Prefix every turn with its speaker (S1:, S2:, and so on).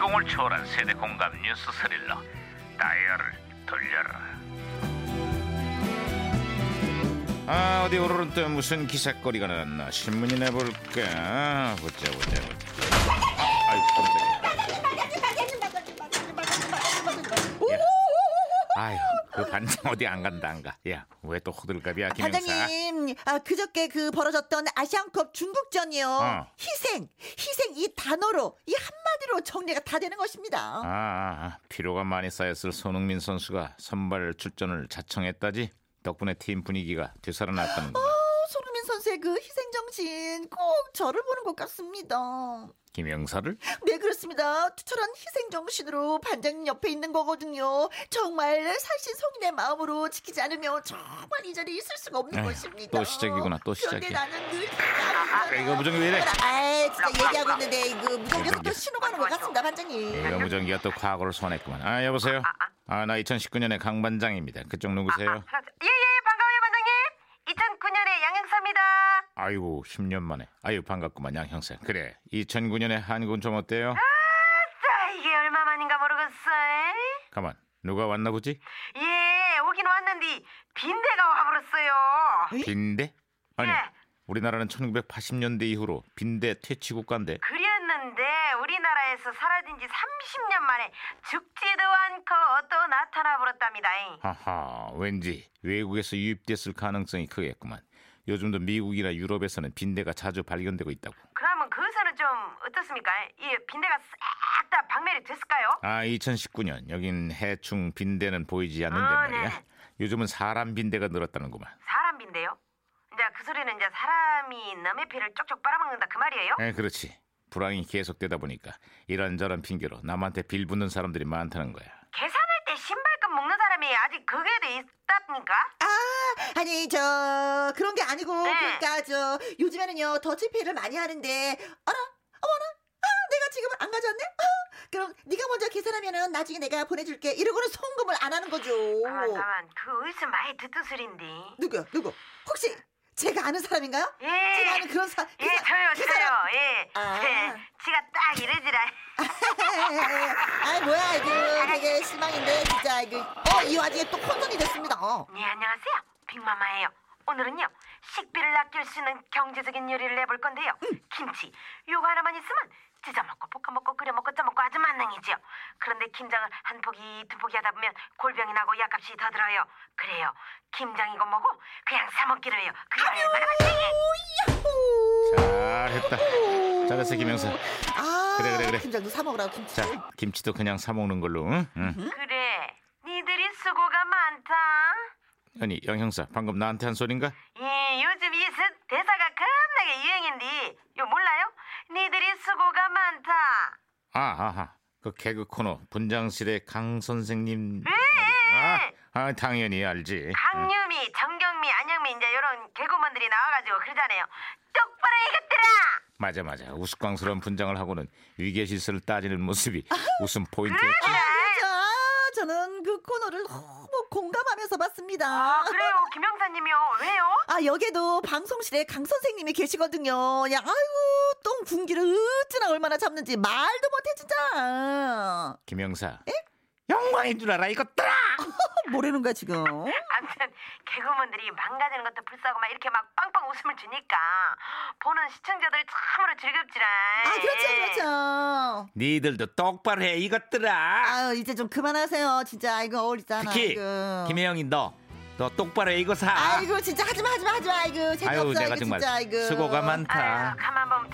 S1: 감동을 초월한 세대 공감 뉴스 스릴러 다이얼을 돌려라
S2: 아 어디 오늘은 또 무슨 기사거리가 났나 신문이나 볼까 보자 보자 보자 아, 아이 깜짝이야
S3: 아,
S2: 아유 그 반장 어디 안 간다 안가 야 왜 또 호들갑이야 김영사
S3: 반장님, 아, 그저께 그 벌어졌던 아시안컵 중국전이요.
S2: 어.
S3: 희생, 희생 이 단어로, 이 한마디로 정리가 다 되는 것입니다.
S2: 아, 아, 아, 피로가 많이 쌓였을 손흥민 선수가 선발 출전을 자청했다지 덕분에 팀 분위기가 되살아났다는 거야
S3: 어, 손흥민 선수의 그 희생 정신 꼭 저를 보는 것 같습니다.
S2: 김영사를
S3: 네, 그렇습니다. 투철한 희생 정신으로 반장님 옆에 있는 거거든요. 정말 살신성인의 마음으로 지키지 않으면 정말 이 자리에 있을 수가 없는
S2: 에휴,
S3: 것입니다.
S2: 또 시작이구나, 또 시작이야.
S3: 그런데 나는 늘 아,
S2: 이거 무전기 왜 이래?
S3: 아, 진짜 얘기하고 있는데 이거 무전기에서 또
S2: 무전기.
S3: 신호가 오는 것 같습니다, 반장님.
S2: 이거 예, 무전기가 또 과거를 소환했구만 아 여보세요 아 나 2019년의 강 반장입니다 그쪽 누구세요
S4: 아, 예예 반가워요 반장님. 2009년에 양형사입니다.
S2: 아이고 10년 만에 아유 반갑구만 양 형사 그래 2009년에 한국은 좀 어때요?
S4: 자 이게 얼마만인가 모르겠어.
S2: 가만 누가 왔나 보지?
S4: 예 오긴 왔는데 빈대가 와버렸어요.
S2: 빈대? 아니
S4: 네.
S2: 우리나라는 1980년대 이후로 빈대 퇴치 국가인데
S4: 그랬는데 우리나라에서 사라진 지 30년 만에 죽지도 않고 또 나타나 버렸답니다.
S2: 하하 왠지 외국에서 유입됐을 가능성이 크겠구만 요즘도 미국이나 유럽에서는 빈대가 자주 발견되고 있다고
S4: 그러면 그것은 좀 어떻습니까? 이 빈대가 싹 다 박멸이 됐을까요?
S2: 아 2019년 여긴 해충 빈대는 보이지 않는단
S4: 아,
S2: 말이야
S4: 네.
S2: 요즘은 사람 빈대가 늘었다는구만
S4: 사람 빈대요. 이제 그 소리는 이제 사람이 남의 피를 쪽쪽 빨아먹는다 그 말이에요?
S2: 에 예, 그렇지 불황이 계속되다 보니까 이런저런 핑계로 남한테 빌붙는 사람들이 많다는 거야
S4: 계산할 때 신발끈 묶는 사람이 아직 그게 돼 있답니까?
S3: 아니, 저, 그런 게 아니고,
S4: 네.
S3: 그러니까, 저, 요즘에는요, 더치페이를 많이 하는데, 어라? 어머나? 아, 내가 지금 안 가져왔네? 아, 그럼 네가 먼저 계산하면은 나중에 내가 보내줄게. 이러고는 송금을 안 하는 거죠.
S4: 가만 가만 그 어디서 많이 듣던 소린데
S3: 누구요? 누구? 혹시 제가 아는 사람인가요?
S4: 예.
S3: 제가 아는 그런 사람.
S4: 예 저요 저요 예
S3: 아.
S4: 예, 지가 딱 이러지라
S3: 아 뭐야 이거 되게 실망인데 진짜 이거. 어이 와중에 또 혼선이 됐습니다. 어.
S4: 예 안녕하세요 빅마마예요 오늘은요 식비를 아낄 수 있는 경제적인 요리를 해볼 건데요 김치 요거 하나만 있으면 찢어 먹고 볶아 먹고 끓여 먹고 쪄 먹고 아주 만능이지요 그런데 김장을 한 포기 두 포기 하다 보면 골병이 나고 약값이 더 들어요 그래요 김장이고 뭐고 그냥 사 먹기로 해요 그게 얼마나 맛있게
S3: 야호.
S2: 잘했다 잘했어 김영사
S3: 아
S2: 그래, 그래, 그래.
S3: 김장도 사 먹으라고 김치.
S2: 자 김치도 그냥 사 먹는 걸로 응? 응.
S4: 그래, 니들이 수고가 많다.
S2: 아니 양 형사 방금 나한테 한 소린가?
S4: 예, 요즘 이 스- 대사가 겁나게 유행인데, 요 몰라요? 니들이 수고가 많다.
S2: 아 아하 그 개그 코너 분장실의 강 선생님
S4: 예,
S2: 아,
S4: 예.
S2: 아 당연히
S3: 네.
S2: 알지
S4: 강유미, 정경미, 안영미 이제 이런 개그맨들이 나와가지고 그러잖아요. 똑바로 이것들아!
S2: 맞아 맞아 우스꽝스러운 분장을 하고는 위계 실수를 따지는 모습이 웃음 포인트였지
S3: 아, 자, 저는 그 코너를 너무 공감하면서 봤습니다.
S4: 아, 그래요, 김영사님이요. 왜요?
S3: 아 여기도 방송실에 강 선생님이 계시거든요. 야 아이고 똥 분기를 어찌나 얼마나 잡는지 말도 못해 진짜.
S2: 김영사 영광인 줄 알아 이것들아
S3: 어, 뭐라는 거야 지금?
S4: 아무튼 개그맨들이 망가지는 것도 불쌍하고 막 이렇게 막 빵빵 웃음을 주니까 보는 시청자들 참으로 즐겁지라.
S3: 아 그렇죠
S4: 아.
S3: 그렇죠.
S2: 니들도 똑바로 해 이것들아
S3: 아유 이제 좀 그만하세요. 진짜 아이고 어울리잖아.
S2: 특히
S3: 아이고.
S2: 김혜영이 너 너 똑바로 해 이거 사
S3: 아이고 진짜 하지마 하지마 하지마 아이고 재미없어
S2: 아유,
S3: 이거
S2: 내가 정말
S3: 진짜 아이고
S2: 수고가
S4: 아유,
S2: 많다
S4: 가만 보면